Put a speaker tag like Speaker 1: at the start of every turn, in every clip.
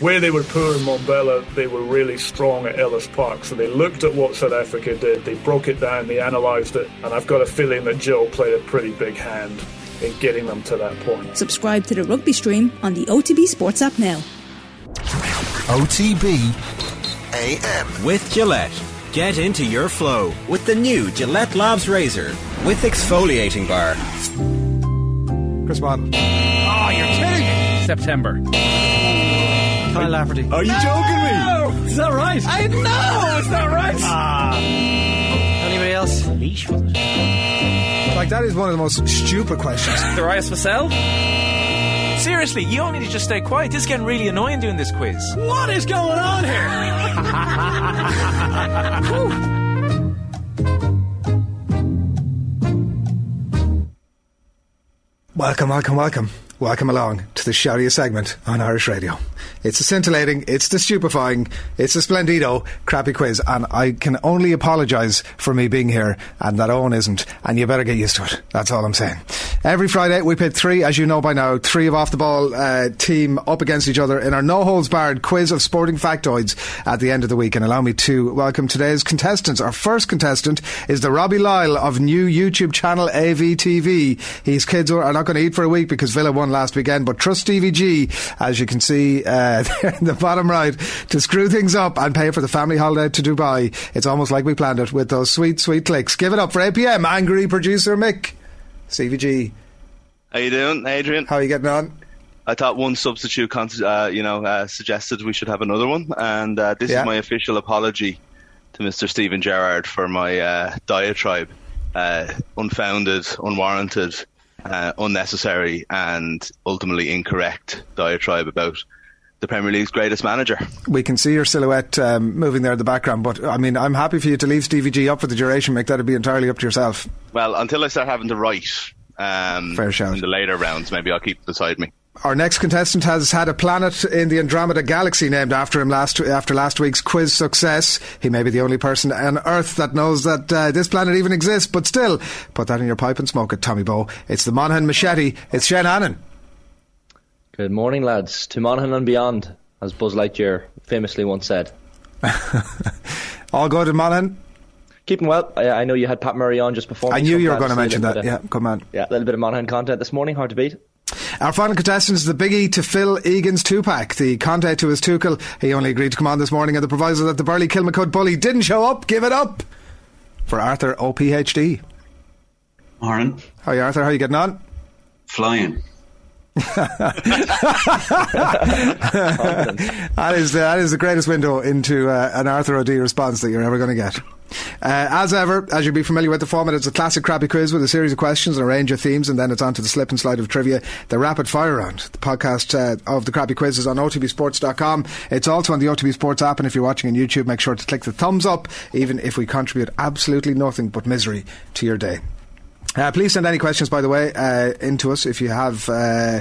Speaker 1: Where they were poor in Mombela, they were really strong at Ellis Park. So they looked at what South Africa did, they broke it down, they analysed it, and I've got a feeling that Jill played a pretty big hand in getting them to that point.
Speaker 2: Subscribe to the rugby stream on the OTB Sports app now.
Speaker 3: OTB AM.
Speaker 4: With Gillette. Get into your flow with the new Gillette Labs Razor with exfoliating bar.
Speaker 5: Chris Waddle.
Speaker 4: Oh, you're kidding me!
Speaker 6: September.
Speaker 7: Kyle Lafferty.
Speaker 5: Are you joking
Speaker 7: Is that right? Ah.
Speaker 6: I know it's not right.
Speaker 7: Anybody else?
Speaker 6: Leash was it?
Speaker 5: me? Like, that is one of the most stupid questions.
Speaker 6: Darius Vassell?
Speaker 8: Seriously, you all need to just stay quiet. This is getting really annoying doing this quiz.
Speaker 7: What is going on here?
Speaker 5: Welcome, welcome, welcome. Welcome along to the shoutiest segment on Irish radio. It's the scintillating, it's the stupefying, it's the splendido crappy quiz, and I can only apologise for me being here, and that Owen isn't, and you better get used to it. That's all I'm saying. Every Friday, we pit three, as you know by now, three of off the ball uh, team up against each other in our no holds barred quiz of sporting factoids at the end of the week. And allow me to welcome today's contestants. Our first contestant is the Robbie Lyle of new YouTube channel AVTV. His kids are are not going to eat for a week because Villa won last weekend. But trust Stevie G, as you can see uh, there in the bottom right, to screw things up and pay for the family holiday to Dubai. It's almost like we planned it with those sweet, sweet clicks. Give it up for APM, angry producer Mick. Stevie G,
Speaker 9: How you doing, Adrian?
Speaker 5: how are you getting on?
Speaker 9: I thought one substitute, con- uh, you know, uh, suggested we should have another one, and uh, this
Speaker 5: Yeah.
Speaker 9: is my official apology to Mr. Stephen Gerrard for my uh, diatribe, uh, unfounded, unwarranted, uh, unnecessary, and ultimately incorrect diatribe about the Premier League's greatest manager.
Speaker 5: We can see your silhouette um, moving there in the background, but I mean, I'm happy for you to leave Stevie G up for the duration, Mick. That'd be entirely up to yourself.
Speaker 9: Well, until I start having to write um,
Speaker 5: Fair shout.
Speaker 9: in the later rounds, maybe I'll keep it beside me.
Speaker 5: Our next contestant has had a planet in the Andromeda galaxy named after him last after last week's quiz success. He may be the only person on Earth that knows that uh, this planet even exists, but still, put that in your pipe and smoke it, Tommy Bow. It's the Monaghan Machete. It's Shane Hannon.
Speaker 10: Good morning, lads. To Monaghan and beyond, as Buzz Lightyear famously once said.
Speaker 5: All good in Monaghan.
Speaker 10: Keep 'em well. I, I know you had Pat Murray on just before.
Speaker 5: I
Speaker 10: me, so
Speaker 5: knew
Speaker 10: I'm
Speaker 5: you were
Speaker 10: glad
Speaker 5: going to
Speaker 10: see a
Speaker 5: mention
Speaker 10: little
Speaker 5: that.
Speaker 10: bit
Speaker 5: Yeah,
Speaker 10: of-
Speaker 5: come on.
Speaker 10: Yeah, a little bit of Monaghan content this morning. Hard to beat.
Speaker 5: Our final contestant is the biggie to Phil Egan's two pack, the Conte to his Tuchel. He only agreed to come on this morning on the proviso that the Burley Kilmacud bully didn't show up. Give it up for Arthur OPHD.
Speaker 11: Aaron,
Speaker 5: Hi, Arthur. How you getting on?
Speaker 11: flying.
Speaker 5: That is the, that is the greatest window into uh, an Arthur O'D response that you're ever going to get. Uh, as ever, as you'll be familiar with the format, it's a classic crappy quiz with a series of questions and a range of themes, and then it's on to the slip and slide of trivia, the rapid fire round. The podcast uh, of the crappy quiz is on otbsports.com. It's also on the OTB Sports app, and if you're watching on YouTube, make sure to click the thumbs up, even if we contribute absolutely nothing but misery to your day. Uh, please send any questions, by the way, uh, into us if you have. Uh,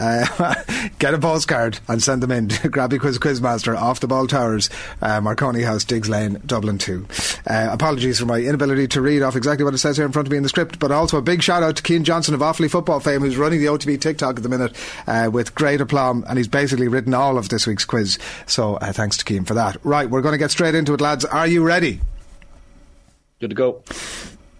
Speaker 5: uh, get a postcard and send them in to Grabby Quiz Quizmaster, Off the Ball Towers, uh, Marconi House, Diggs Lane, Dublin 2. Uh, apologies for my inability to read off exactly what it says here in front of me in the script, but also a big shout out to Keane Johnson of Offaly Football fame, who's running the OTB TikTok at the minute uh, with great aplomb, and he's basically written all of this week's quiz. So uh, thanks to Keane for that. Right, we're going to get straight into it, lads. Are you ready?
Speaker 10: Good to go.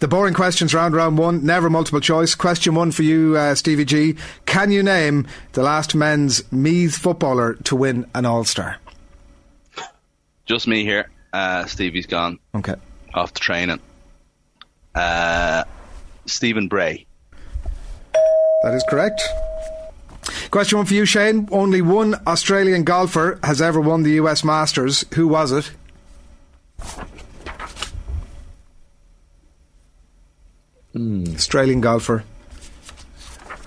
Speaker 5: The boring questions round round one, never multiple choice. Question one for you, uh, Stevie G. Can you name the last men's Meath footballer to win an All Star?
Speaker 9: Just me here. Uh, Stevie's gone.
Speaker 5: Okay.
Speaker 9: off the training. Uh, Stephen Bray.
Speaker 5: That is correct. Question one for you, Shane. Only one Australian golfer has ever won the US Masters. Who was it? Australian golfer.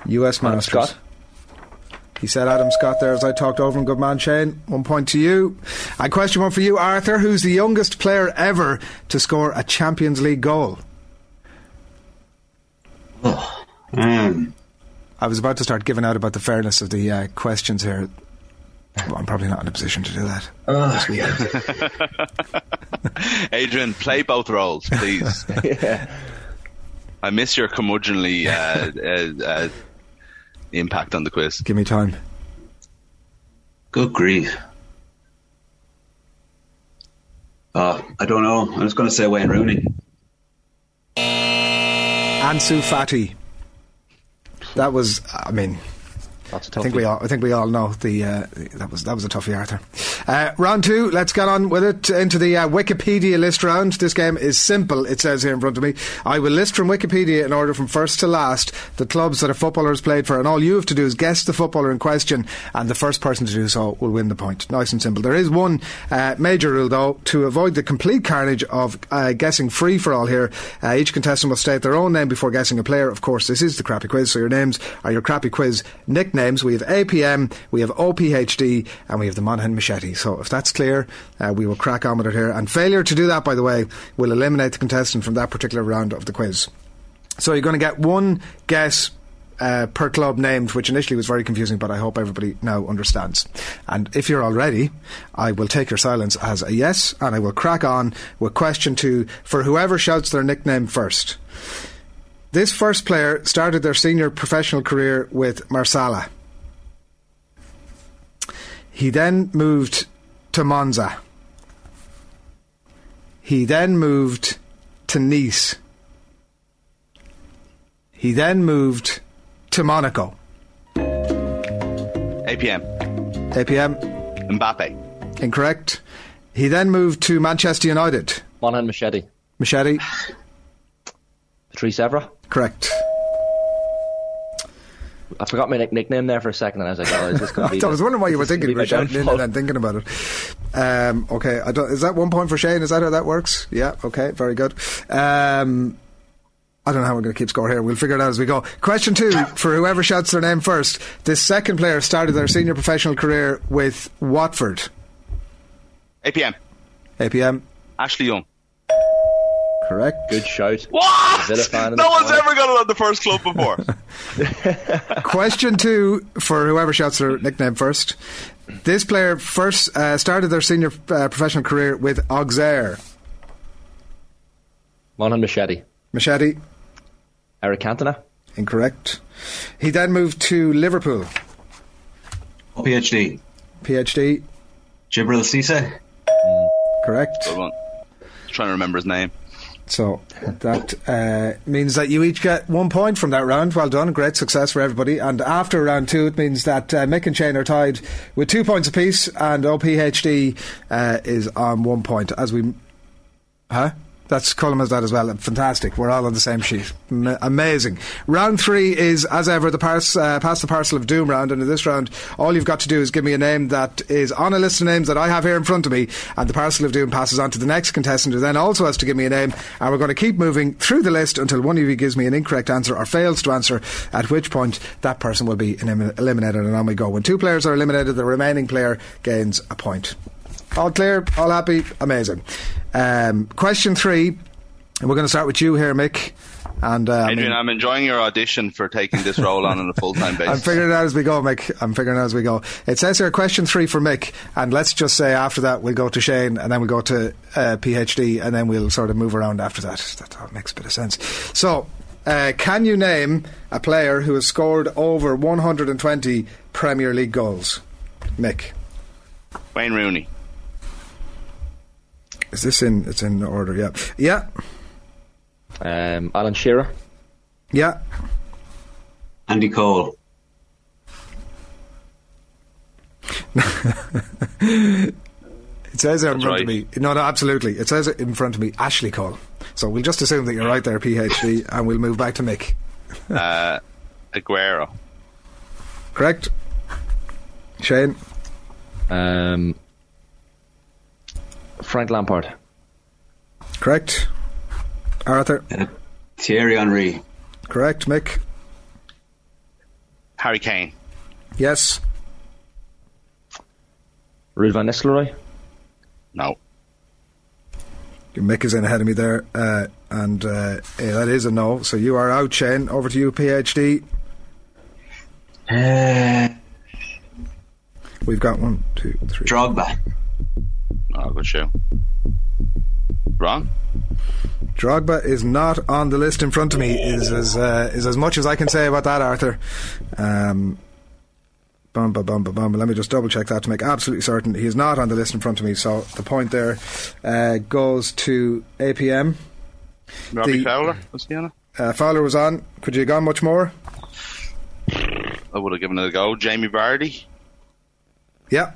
Speaker 5: US
Speaker 10: Hmm. Adam
Speaker 5: Masters.
Speaker 10: Scott.
Speaker 5: He said Adam Scott there as I talked over him. Good man, Shane. One point to you. I question one for you, Arthur. Who's the youngest player ever to score a Champions League goal?
Speaker 11: Um,
Speaker 5: I was about to start giving out about the fairness of the uh, questions here. Well, I'm probably not in a position to do that.
Speaker 11: oh, yeah.
Speaker 9: Adrian, play both roles, please. I miss your curmudgeonly uh, uh, uh, impact on the quiz.
Speaker 5: Give me time.
Speaker 11: Good grief. Uh, I don't know. I'm just going to say Wayne Rooney.
Speaker 5: Ansu Fati. That was, I mean,
Speaker 10: That's
Speaker 5: I
Speaker 10: a tough.
Speaker 5: think we all, I think we all know the uh, that was that was a toughie, Arthur. Uh, round two. Let's get on with it into the uh, Wikipedia list round. This game is simple. It says here in front of me. I will list from Wikipedia in order from first to last the clubs that a footballer has played for, and all you have to do is guess the footballer in question, and the first person to do so will win the point. Nice and simple. There is one uh, major rule though to avoid the complete carnage of uh, guessing free for all here. Uh, each contestant will state their own name before guessing a player. Of course, this is the crappy quiz, so your names are your crappy quiz nicknames. We have APM, we have OPHD, and we have the Monaghan Machete. So if that's clear, uh, we will crack on with it here. And failure to do that, by the way, will eliminate the contestant from that particular round of the quiz. So you're going to get one guess. Uh, per club named, which initially was very confusing, but I hope everybody now understands. And if you're all ready, I will take your silence as a yes, and I will crack on with question two for whoever shouts their nickname first. This first player started their senior professional career with Marsala. He then moved to Monza. He then moved to Nice. He then moved to Monaco.
Speaker 9: APM.
Speaker 5: APM,
Speaker 9: Mbappe.
Speaker 5: incorrect. He then moved to Manchester United.
Speaker 10: Monaghan Machete.
Speaker 5: Machete,
Speaker 10: Patrice Evra.
Speaker 5: correct.
Speaker 10: I forgot my nick- nickname there for a second, and I was like, oh, is this going to be.
Speaker 5: I was wondering why you were
Speaker 10: is this
Speaker 5: thinking you
Speaker 10: gonna
Speaker 5: were
Speaker 10: be my
Speaker 5: shouting in
Speaker 10: downfall?
Speaker 5: and then thinking about it. Um, okay, I don't, is that one point for Shane? Is that how that works? Yeah. Okay. Very good. Um, I don't know how we're going to keep score here. We'll figure it out as we go. Question two for whoever shouts their name first. This second player started their senior professional career with Watford.
Speaker 9: APM.
Speaker 5: APM,
Speaker 9: Ashley Young.
Speaker 5: correct.
Speaker 10: Good shout.
Speaker 9: What?
Speaker 10: Villa fan in
Speaker 9: No
Speaker 10: the
Speaker 9: one's
Speaker 10: corner.
Speaker 9: ever got it on the first club before.
Speaker 5: Question two for whoever shouts their nickname first. This player first uh, started their senior uh, professional career with Auxerre.
Speaker 10: Monaghan Machete.
Speaker 5: Machete,
Speaker 10: Eric Cantona.
Speaker 5: Incorrect. He then moved to Liverpool.
Speaker 11: PhD.
Speaker 5: PhD.
Speaker 11: Jibril Cisse.
Speaker 5: Correct.
Speaker 9: Good one. Trying to remember his name.
Speaker 5: So that uh, means that you each get one point from that round. Well done. Great success for everybody. And after round two, it means that uh, Mick and Shane are tied with two points apiece, and OPHD uh, is on one point. As we. Huh? That's column as that as well. Fantastic. We're all on the same sheet. M- amazing. Round three is, as ever, the pars- uh, pass the parcel of doom round. And in this round, all you've got to do is give me a name that is on a list of names that I have here in front of me. And the parcel of doom passes on to the next contestant, who then also has to give me a name. And we're going to keep moving through the list until one of you gives me an incorrect answer or fails to answer, at which point that person will be elim- eliminated. And on we go. When two players are eliminated, the remaining player gains a point. All clear, all happy, amazing. Um, question three, and we're going to start with you here, Mick. And uh, I
Speaker 9: Adrian,
Speaker 5: mean,
Speaker 9: I'm enjoying your audition for taking this role on on a full time
Speaker 5: I'm
Speaker 9: basis.
Speaker 5: figuring it out as we go, Mick. I'm figuring it out as we go. It says here, question three for Mick, and let's just say after that we'll go to Shane, and then we'll go to uh, PhD, and then we'll sort of move around after that. That all makes a bit of sense. So, uh, can you name a player who has scored over 120 Premier League goals? Mick,
Speaker 9: Wayne Rooney.
Speaker 5: is this in? It's in order. Yeah, yeah,
Speaker 10: Um, Alan Shearer.
Speaker 5: yeah.
Speaker 11: Andy Cole.
Speaker 5: It says it in
Speaker 9: That's
Speaker 5: front of me.
Speaker 9: right.
Speaker 5: No, no, absolutely. It says it in front of me. Ashley Cole. So we'll just assume that you're right there, PhD, and we'll move back to Mick.
Speaker 9: Uh, Aguero.
Speaker 5: Correct? Shane,
Speaker 10: Um, Frank Lampard.
Speaker 5: correct? Arthur,
Speaker 11: Thierry Henry.
Speaker 5: correct? Mick,
Speaker 9: Harry Kane.
Speaker 5: yes?
Speaker 10: Ruud van Nistelrooy.
Speaker 9: No.
Speaker 5: Mick is in ahead of me there, uh, and uh, yeah, that is a no. So you are out, Shane. Over to you, PhD.
Speaker 11: Uh,
Speaker 5: We've got one, two, three.
Speaker 11: Drogba.
Speaker 9: Oh, good show. Wrong?
Speaker 5: Drogba is not on the list in front of me. Is as uh, is as much as I can say about that, Arthur. Um, Bum, bum, bum, bum, bum. Let me just double check that to make absolutely certain he is not on the list in front of me. So the point there uh, goes to APM.
Speaker 9: Robbie
Speaker 5: The-
Speaker 9: Fowler was he on it?
Speaker 5: Uh, Fowler was on. Could you have gone much more?
Speaker 9: I would have given it a go. Jamie Vardy.
Speaker 5: Yeah.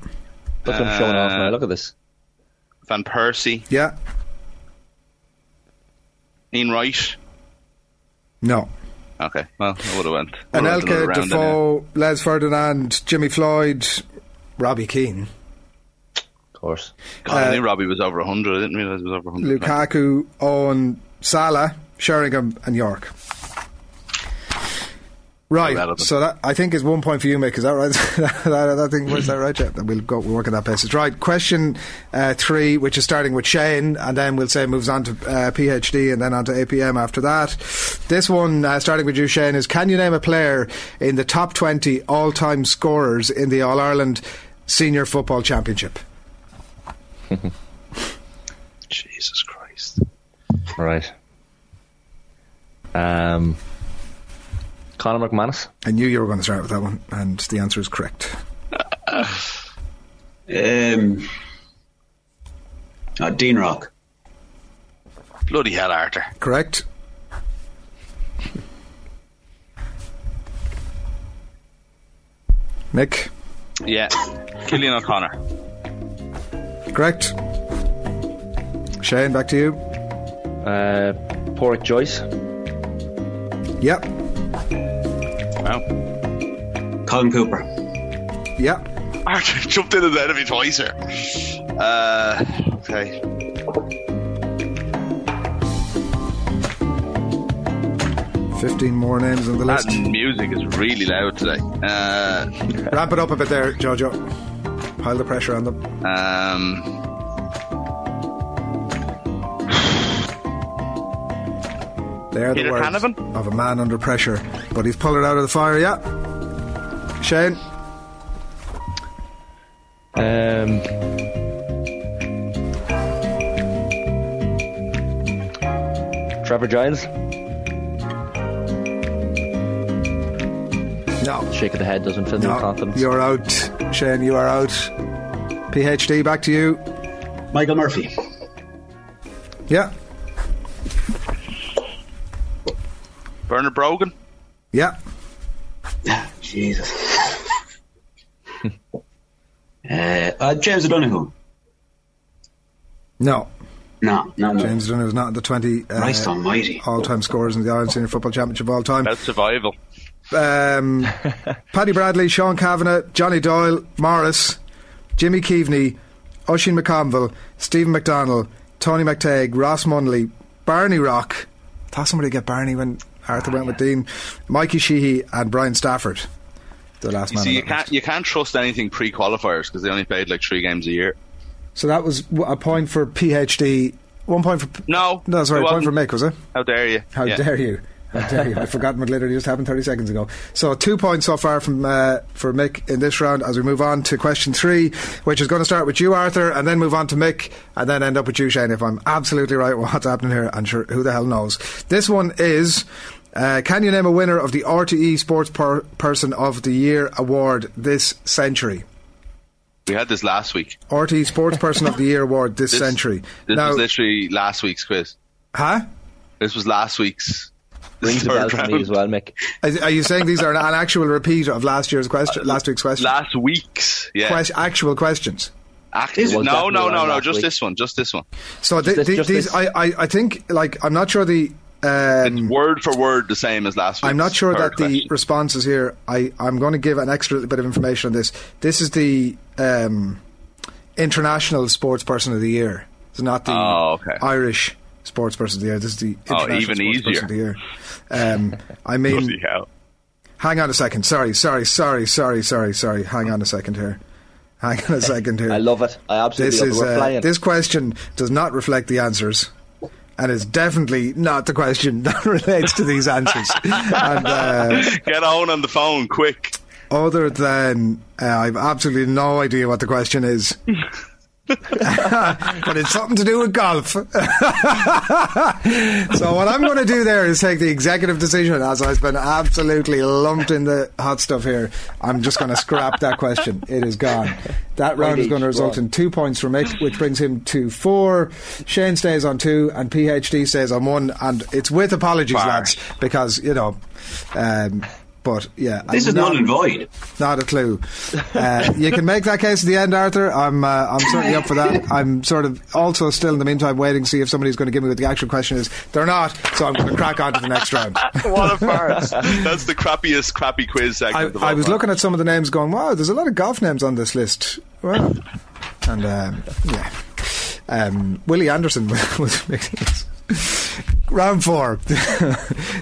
Speaker 10: Look at him showing off
Speaker 9: Uh,
Speaker 10: now. Look at this.
Speaker 9: Van Persie.
Speaker 5: Yeah.
Speaker 9: Ian Wright.
Speaker 5: No.
Speaker 9: Okay, well, I would have went. would have went another
Speaker 5: Anelka,
Speaker 9: round anyway.
Speaker 5: Defoe, Les Ferdinand, Jimmy Floyd, Robbie Keane,
Speaker 10: Of course.
Speaker 9: God,
Speaker 5: uh,
Speaker 9: I knew Robbie was over 100. I didn't realise he was over 100.
Speaker 5: Lukaku, Owen, Salah, Sheringham, and York. Right, so that I think is one point for you, Mick. Is that right? that, that thing was that right? Yeah, we'll go. We'll work on that basis. Right. Question uh, three, which is starting with Shane, and then we'll say moves on to uh, PhD, and then on to APM after that. This one, uh, starting with you, Shane, is can you name a player in the top twenty all-time scorers in the All Ireland Senior Football Championship?
Speaker 9: Jesus Christ.
Speaker 10: Right. Um, Conor McManus.
Speaker 5: I knew you were going to start with that one, and the answer is correct.
Speaker 11: Um, uh, Dean Rock.
Speaker 9: Bloody hell, Arthur.
Speaker 5: Correct. Mick,
Speaker 9: Yeah. Killian O'Connor.
Speaker 5: correct. Shane, back to you.
Speaker 10: Uh, Porrick Joyce.
Speaker 5: Yep,
Speaker 9: Wow.
Speaker 11: Colin Cooper.
Speaker 5: yep.
Speaker 9: Arthur jumped into the enemy twice here. Uh, okay.
Speaker 5: Fifteen more names on the
Speaker 9: That
Speaker 5: list.
Speaker 9: music is really loud today. Uh,
Speaker 5: Ramp it up a bit there, Jojo. Pile the pressure on them.
Speaker 9: um,
Speaker 5: They are the
Speaker 9: Peter
Speaker 5: words
Speaker 9: Canavan?
Speaker 5: of a man under pressure, but he's pulled it out of the fire. Yeah. Shane,
Speaker 10: Um, Trevor Giles.
Speaker 5: no,
Speaker 10: Shake of the head doesn't fit the
Speaker 5: no,
Speaker 10: confidence.
Speaker 5: you're out. Shane, you are out. PhD, back to you.
Speaker 11: Michael Murphy.
Speaker 5: Yeah,
Speaker 9: Bernard Brogan.
Speaker 5: yeah.
Speaker 11: Jesus. uh, uh, James O'Donoghue.
Speaker 5: No,
Speaker 11: No, no, no.
Speaker 5: James Dunne was not in the 20
Speaker 11: Christ
Speaker 5: uh,
Speaker 11: almighty.
Speaker 5: all time scorers in the Ireland Senior Football Championship of all time.
Speaker 9: About survival.
Speaker 5: Um, Paddy Bradley, Sean Kavanagh, Johnny Doyle, Morris, Jimmy Keaveney, Oisin McConville, Stephen McDonnell, Tony McTagg, Ross Munley, Barney Rock. Thought somebody would get Barney when Arthur went with Dean, Mikey Sheehy, and Brian Stafford. The last
Speaker 9: You
Speaker 5: man. on
Speaker 9: see, you
Speaker 5: that
Speaker 9: can't,
Speaker 5: list.
Speaker 9: you can't trust anything pre qualifiers because they only played like three games a year.
Speaker 5: So that was w- a point for PhD. One point for.
Speaker 9: No.
Speaker 5: No, sorry,
Speaker 9: it
Speaker 5: a point for
Speaker 9: wasn't.
Speaker 5: Mick, was it?
Speaker 9: How dare you?
Speaker 5: How
Speaker 9: Yeah.
Speaker 5: dare you? How dare you? I forgot what literally just happened 30 seconds ago. So two points so far from uh, for Mick in this round as we move on to question three, which is going to start with you, Arthur, and then move on to Mick, and then end up with you, Shane, if I'm absolutely right what's happening here. I'm sure who the hell knows. This one is... Uh, can you name a winner of the RTE Sports per- Person of the Year award this century?
Speaker 9: We had this last week.
Speaker 5: RTE Sports Person of the Year award this,
Speaker 9: This-
Speaker 5: century.
Speaker 9: This
Speaker 5: now,
Speaker 9: was literally last week's quiz.
Speaker 5: huh?
Speaker 9: This was last week's. this
Speaker 10: Rings a bell
Speaker 9: third
Speaker 10: for me
Speaker 9: round.
Speaker 10: as well, Mick.
Speaker 5: Are, are you saying these are an, an actual repeat of last year's question, last week's question?
Speaker 9: Last week's. Yeah.
Speaker 5: Quest- actual questions.
Speaker 9: Act-
Speaker 11: This
Speaker 9: no,
Speaker 11: was
Speaker 9: no,
Speaker 10: definitely
Speaker 9: no,
Speaker 10: around
Speaker 9: no.
Speaker 10: last
Speaker 9: Just
Speaker 10: week.
Speaker 9: this one. Just this one.
Speaker 5: So th-
Speaker 10: this-
Speaker 5: th-
Speaker 10: just
Speaker 5: these,
Speaker 10: this.
Speaker 5: I, I, I think, like, I'm not sure the. Um,
Speaker 9: Word for word, the same as last week.
Speaker 5: I'm not sure that the responses here. I, I'm going to give an extra little bit of information on this. This is the um, international sports person of the year. It's not the
Speaker 9: Oh, okay.
Speaker 5: Irish sports person of the year. This is the
Speaker 9: Oh,
Speaker 5: international
Speaker 9: even
Speaker 5: sports person of the year. Um, I
Speaker 9: Bloody
Speaker 5: mean,
Speaker 9: hell.
Speaker 5: hang on a second. Sorry, sorry, sorry, sorry, sorry, sorry. Hang on a second here. Hang on a second here.
Speaker 10: I love it. I absolutely
Speaker 5: this
Speaker 10: love
Speaker 5: is
Speaker 10: it. We're
Speaker 5: uh,
Speaker 10: flying.
Speaker 5: this question does not reflect the answers and is definitely not the question that relates to these answers and uh,
Speaker 9: Get on on the phone quick.
Speaker 5: other than uh, i've absolutely no idea what the question is but it's something to do with golf. so what I'm going to do there is take the executive decision, as I've been absolutely lumped in the hot stuff here. I'm just going to scrap that question. It is gone. That round
Speaker 10: Right
Speaker 5: is going to
Speaker 10: each,
Speaker 5: result
Speaker 10: right.
Speaker 5: in two points for Mick, which brings him to four. Shane stays on two, and PhD stays on one. And it's with apologies, lads, because you know. Um, but yeah,
Speaker 11: This
Speaker 5: I'm
Speaker 11: is null and void.
Speaker 5: Not a clue. Uh, you can make that case at the end, Arthur. I'm uh, I'm certainly up for that. I'm sort of also still in the meantime waiting to see if somebody's going to give me what the actual question is. They're not, so I'm going to crack on to the next round.
Speaker 9: what a farce. That's the crappiest, crappy quiz segment
Speaker 5: I,
Speaker 9: of all
Speaker 5: I was
Speaker 9: time.
Speaker 5: looking at some of the names, going, "Wow, there's a lot of golf names on this list." Wow, and um, yeah, um, Willie Anderson was making this. Round four.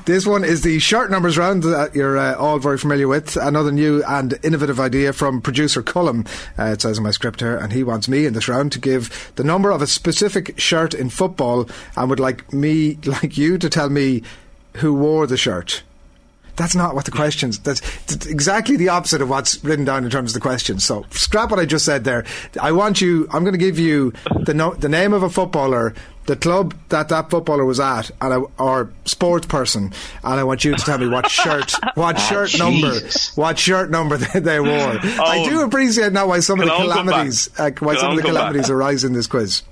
Speaker 5: this one is the short numbers round that you're uh, all very familiar with. Another new and innovative idea from producer Cullum. Uh, it says in my script here, and he wants me in this round to give the number of a specific shirt in football, and would like me, like you, to tell me who wore the shirt. That's not what the questions. That's, that's exactly the opposite of what's written down in terms of the questions. So scrap what I just said there. I want you. I'm going to give you the no, the name of a footballer, the club that that footballer was at, and I, or sports person, and I want you to tell me what shirt,
Speaker 9: Ah,
Speaker 5: what shirt number, what shirt number they, they wore. I
Speaker 9: Oh.
Speaker 5: do appreciate now why some of the
Speaker 9: Can I come back?
Speaker 5: calamities, uh, why
Speaker 9: Can
Speaker 5: some
Speaker 9: I
Speaker 5: of the
Speaker 9: come back?
Speaker 5: calamities arise in this quiz.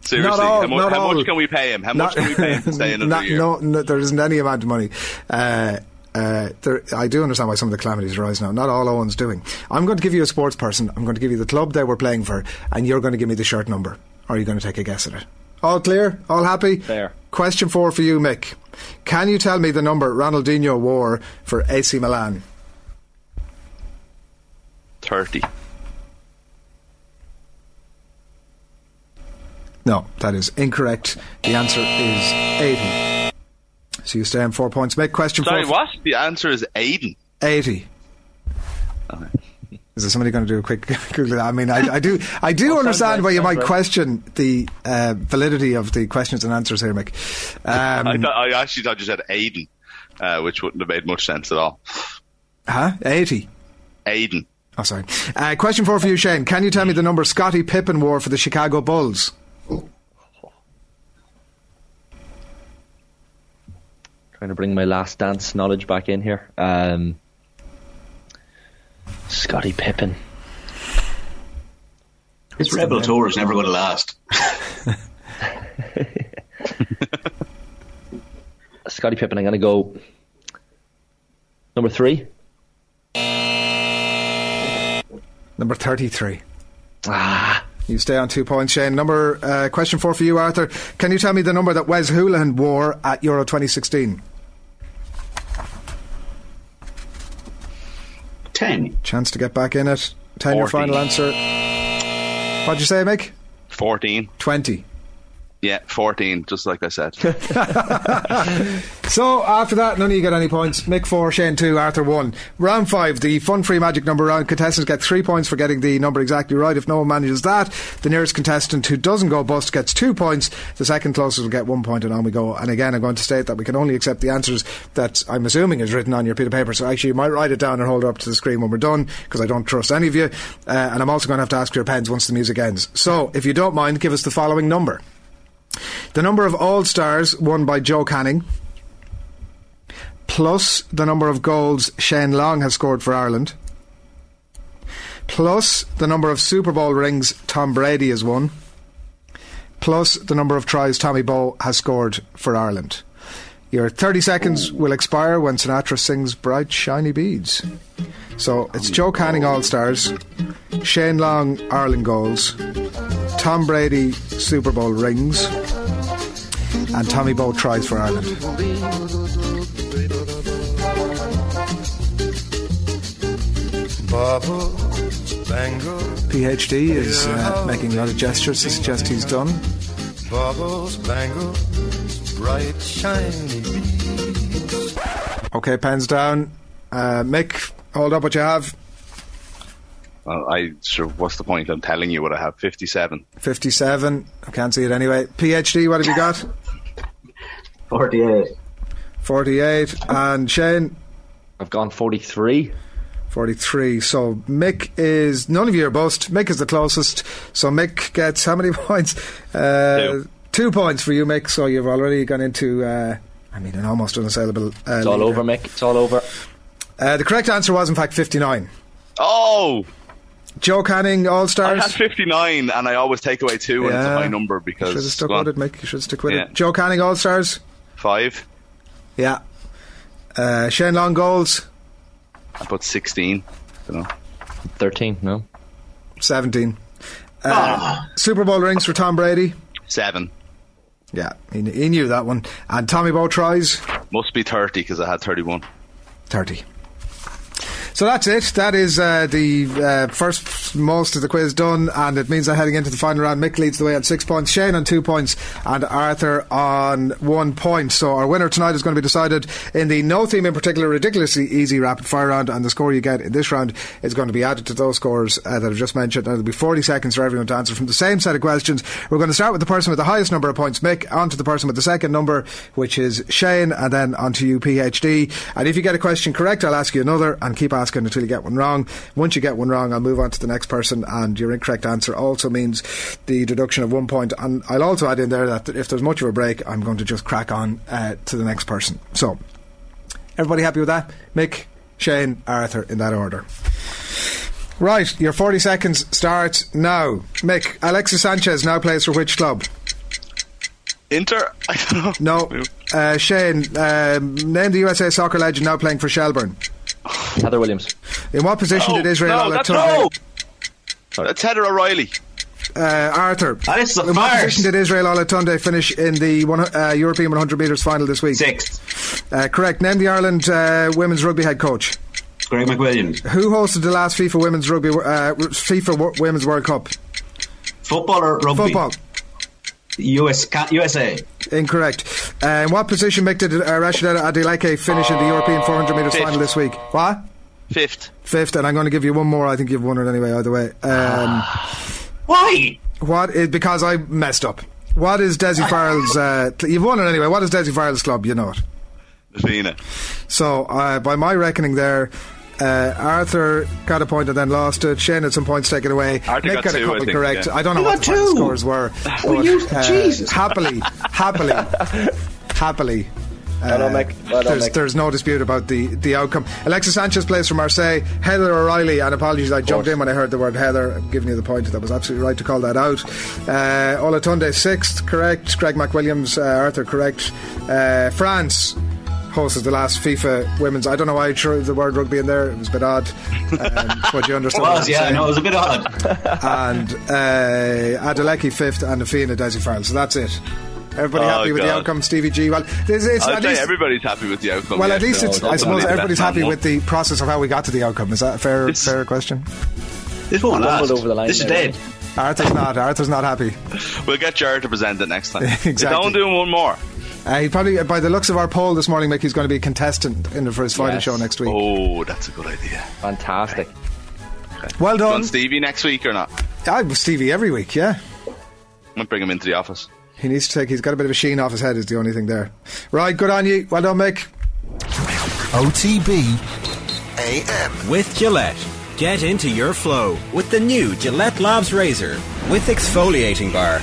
Speaker 9: Seriously,
Speaker 5: Not all,
Speaker 9: how, mu-
Speaker 5: not
Speaker 9: how
Speaker 5: all.
Speaker 9: much can we pay him? How much can we pay him to stay another
Speaker 5: not-
Speaker 9: year?
Speaker 5: No, no, there isn't any amount of money. Uh, uh, there, I do understand why some of the calamities arise now. Not all Owen's doing. I'm going to give you a sports person. I'm going to give you the club they were playing for, and you're going to give me the shirt number. Are you going to take a guess at it? All clear? All happy?
Speaker 10: There.
Speaker 5: Question four for you, Mick. Can you tell me the number Ronaldinho wore for AC Milan?
Speaker 9: 30.
Speaker 5: No, that is incorrect. The answer is 80. So you stay on four points. Mick, question
Speaker 9: Sorry,
Speaker 5: four.
Speaker 9: what? The answer is Aiden.
Speaker 5: 80. Is there somebody going to do a quick Google? I mean, I, I do, I do understand why you might question the uh, validity of the questions and answers here, Mick. Um,
Speaker 9: I, thought, I actually thought you said Aiden, uh, which wouldn't have made much sense at all.
Speaker 5: huh? Eighty.
Speaker 9: Aiden.
Speaker 5: Oh, sorry. Uh, question four for you, Shane. Can you tell me the number Scotty Pippen wore for the Chicago Bulls?
Speaker 10: Trying to bring my last dance knowledge back in here. Um, Scotty Pippen.
Speaker 11: This Rebel Tour is never going to last.
Speaker 10: Scotty Pippen, I'm going to go number three.
Speaker 5: Number thirty-three. Ah. You stay on two points, Shane. Number uh, question four for you, Arthur. Can you tell me the number that Wes Houlihan wore at Euro 2016?
Speaker 11: 10.
Speaker 5: Chance to get back in it. Ten your
Speaker 9: 40.
Speaker 5: final answer. What'd you say, Mick?
Speaker 9: 14.
Speaker 5: 20.
Speaker 9: Yeah, 14, just like I said.
Speaker 5: So after that, none of you get any points. Mick 4, Shane 2, Arthur 1. Round 5, the fun free magic number round. Contestants get 3 points for getting the number exactly right. If no one manages that, the nearest contestant who doesn't go bust gets 2 points. The second closest will get 1 point, and on we go. And again, I'm going to state that we can only accept the answers that I'm assuming is written on your piece of paper. So actually, you might write it down and hold it up to the screen when we're done, because I don't trust any of you. Uh, and I'm also going to have to ask for your pens once the music ends. So if you don't mind, give us the following number. The number of All Stars won by Joe Canning, plus the number of goals Shane Long has scored for Ireland, plus the number of Super Bowl rings Tom Brady has won, plus the number of tries Tommy Bow has scored for Ireland. Your 30 seconds will expire when Sinatra sings Bright Shiny Beads. So it's Joe Canning All Stars, Shane Long Ireland goals, Tom Brady Super Bowl rings, and Tommy Bow tries for Ireland. PhD is uh, making a lot of gestures to suggest he's done.
Speaker 3: Bubbles, bangles, bright shiny beads.
Speaker 5: Okay, pens down. Uh, Mick, hold up what you have.
Speaker 9: well, I sure, what's the point? I'm telling you what I have 57.
Speaker 5: 57. I can't see it anyway. PhD, what have you got?
Speaker 11: 48.
Speaker 5: 48. And Shane,
Speaker 10: I've gone 43.
Speaker 5: 43. So Mick is. None of you are both. Mick is the closest. So Mick gets how many points? Uh, two. points for you, Mick. So you've already gone into, uh, I mean, an almost unassailable. Uh,
Speaker 10: It's all
Speaker 5: lead
Speaker 10: over,
Speaker 5: there.
Speaker 10: Mick. It's all over.
Speaker 5: Uh, the correct answer was, in fact, 59.
Speaker 9: Oh!
Speaker 5: Joe Canning, All
Speaker 9: I
Speaker 5: Stars.
Speaker 9: had 59, and I always take away two when it's
Speaker 5: Yeah.
Speaker 9: a high number
Speaker 5: You should have
Speaker 9: because.
Speaker 5: stuck
Speaker 9: go on.
Speaker 5: with it, Mick. You should have stuck with
Speaker 9: Yeah.
Speaker 5: it. Joe Canning, All Stars.
Speaker 9: Five.
Speaker 5: Yeah. Uh, Shane Long, goals.
Speaker 9: I put 16. dunno.
Speaker 10: 13, no.
Speaker 5: 17. Uh,
Speaker 9: Ah.
Speaker 5: Super Bowl rings for Tom Brady.
Speaker 9: Seven.
Speaker 5: Yeah, he, he knew that one. And Tommy Bow tries.
Speaker 9: Must be 30 because I had 31.
Speaker 5: 30. So that's it. That is uh, the uh, first most of the quiz done, and it means they're heading into the final round. Mick leads the way at six points, Shane on two points, and Arthur on one point. So our winner tonight is going to be decided in the no theme in particular, ridiculously easy rapid fire round, and the score you get in this round is going to be added to those scores uh, that I've just mentioned. And it'll be 40 seconds for everyone to answer from the same set of questions. We're going to start with the person with the highest number of points, Mick, on to the person with the second number, which is Shane, and then on to you, PhD. And if you get a question correct, I'll ask you another and keep asking until you get one wrong. Once you get one wrong, I'll move on to the next person, and your incorrect answer also means the deduction of one point. And I'll also add in there that if there's much of a break, I'm going to just crack on uh, to the next person. So, everybody happy with that? Mick, Shane, Arthur, in that order. Right, your 40 seconds starts now. Mick, Alexis Sanchez now plays for which club?
Speaker 9: Inter? I don't know.
Speaker 5: No. Uh, Shane, um, name the USA soccer legend now playing for Shelburne.
Speaker 10: Heather Williams.
Speaker 5: In what position
Speaker 9: No,
Speaker 5: did Israel
Speaker 9: no,
Speaker 5: Adesanya
Speaker 9: that's no. That's Heather O'Reilly.
Speaker 5: Uh, Arthur,
Speaker 11: is a
Speaker 5: in what
Speaker 11: farce.
Speaker 5: position did Israel Olatunde finish in the one, uh, European 100 metres final this week?
Speaker 11: Sixth.
Speaker 5: Uh, correct. Name the Ireland uh, women's rugby head coach.
Speaker 11: Greg McWilliam.
Speaker 5: Who hosted the last FIFA Women's Rugby uh, FIFA Wo- Women's World Cup?
Speaker 11: Football or rugby?
Speaker 5: Football.
Speaker 11: US, ca- USA.
Speaker 5: Incorrect. Uh, in what position Mick did uh, Rashid Adelaide finish in the European
Speaker 11: Uh,
Speaker 5: 400 metres
Speaker 9: fifth.
Speaker 5: final this week? What?
Speaker 9: Fifth.
Speaker 5: Fifth, and I'm going to give you one more. I think you've won it anyway, either way. Um,
Speaker 11: Why?
Speaker 5: what is because I messed up. What is Desi Farrell's? Uh, cl- you've won it anyway. What is Desi Farrell's club? You know it.
Speaker 9: Latina.
Speaker 5: So uh, by my reckoning, there, uh, Arthur got a point and then lost it. Shane had some points taken away.
Speaker 9: Arthur
Speaker 5: Mick
Speaker 9: got
Speaker 5: a
Speaker 9: two, I
Speaker 5: couple
Speaker 9: think,
Speaker 5: correct.
Speaker 9: yeah.
Speaker 5: I don't know
Speaker 11: He
Speaker 5: what
Speaker 11: got
Speaker 5: the final
Speaker 11: two.
Speaker 5: scores were.
Speaker 11: Oh,
Speaker 5: but,
Speaker 11: you-
Speaker 5: uh,
Speaker 11: Jesus.
Speaker 5: Happily, happily, happily.
Speaker 10: Well done, Mick. Well done,
Speaker 5: Uh, there's,
Speaker 10: Mick.
Speaker 5: there's no dispute about the, the outcome. Alexis Sanchez plays for Marseille. Heather O'Reilly, and apologies, I jumped in when I heard the word Heather. I'm giving you the point. That was absolutely right to call that out. Uh, Olatunde, sixth, correct. Greg McWilliams, uh, Arthur, correct. Uh, France hosted the last FIFA Women's. I don't know why I threw the word rugby in there. It was a bit odd. Um, but you understand what
Speaker 11: Was,
Speaker 5: I'm
Speaker 11: yeah,
Speaker 5: saying
Speaker 11: no, it was a bit odd.
Speaker 5: and uh, Adelecki fifth and Afina Desi Farrell. So that's it. Everybody
Speaker 9: Oh,
Speaker 5: happy with the
Speaker 9: God.
Speaker 5: outcome, Stevie G. Well, it's, it's,
Speaker 9: I'd
Speaker 5: at
Speaker 9: say
Speaker 5: least,
Speaker 9: everybody's happy with the outcome.
Speaker 5: well,
Speaker 9: yeah,
Speaker 5: at least
Speaker 9: so
Speaker 5: it's,
Speaker 9: that's
Speaker 5: I suppose
Speaker 9: only
Speaker 5: everybody's
Speaker 9: left
Speaker 5: happy
Speaker 9: hand
Speaker 5: with the process of how we got to the outcome. Is that a fair,
Speaker 9: It's-
Speaker 5: fair question?
Speaker 11: This won't last.
Speaker 10: over the line
Speaker 11: this is
Speaker 10: there,
Speaker 11: dead.
Speaker 5: Arthur's not. Arthur's not happy.
Speaker 9: one. We'll get Jared to present it next time.
Speaker 5: Exactly.
Speaker 9: If I'm doing one more.
Speaker 5: Uh, he probably, by the looks of our poll this morning, Mick, he's going to be a contestant in the first final
Speaker 10: Yes.
Speaker 5: show next week.
Speaker 9: Oh, that's a good idea.
Speaker 10: Fantastic.
Speaker 5: Well
Speaker 9: Do you want
Speaker 5: done.
Speaker 9: Stevie next week or not?
Speaker 5: I'm with Stevie every week. Yeah.
Speaker 9: I'm going to bring him into the office.
Speaker 5: He needs to take. He's got a bit of a sheen off his head. Is the only thing there. Right. Good on you. Well done, Mick.
Speaker 3: OTB AM.
Speaker 4: With Gillette. Get into your flow with the new Gillette Labs Razor with exfoliating bar.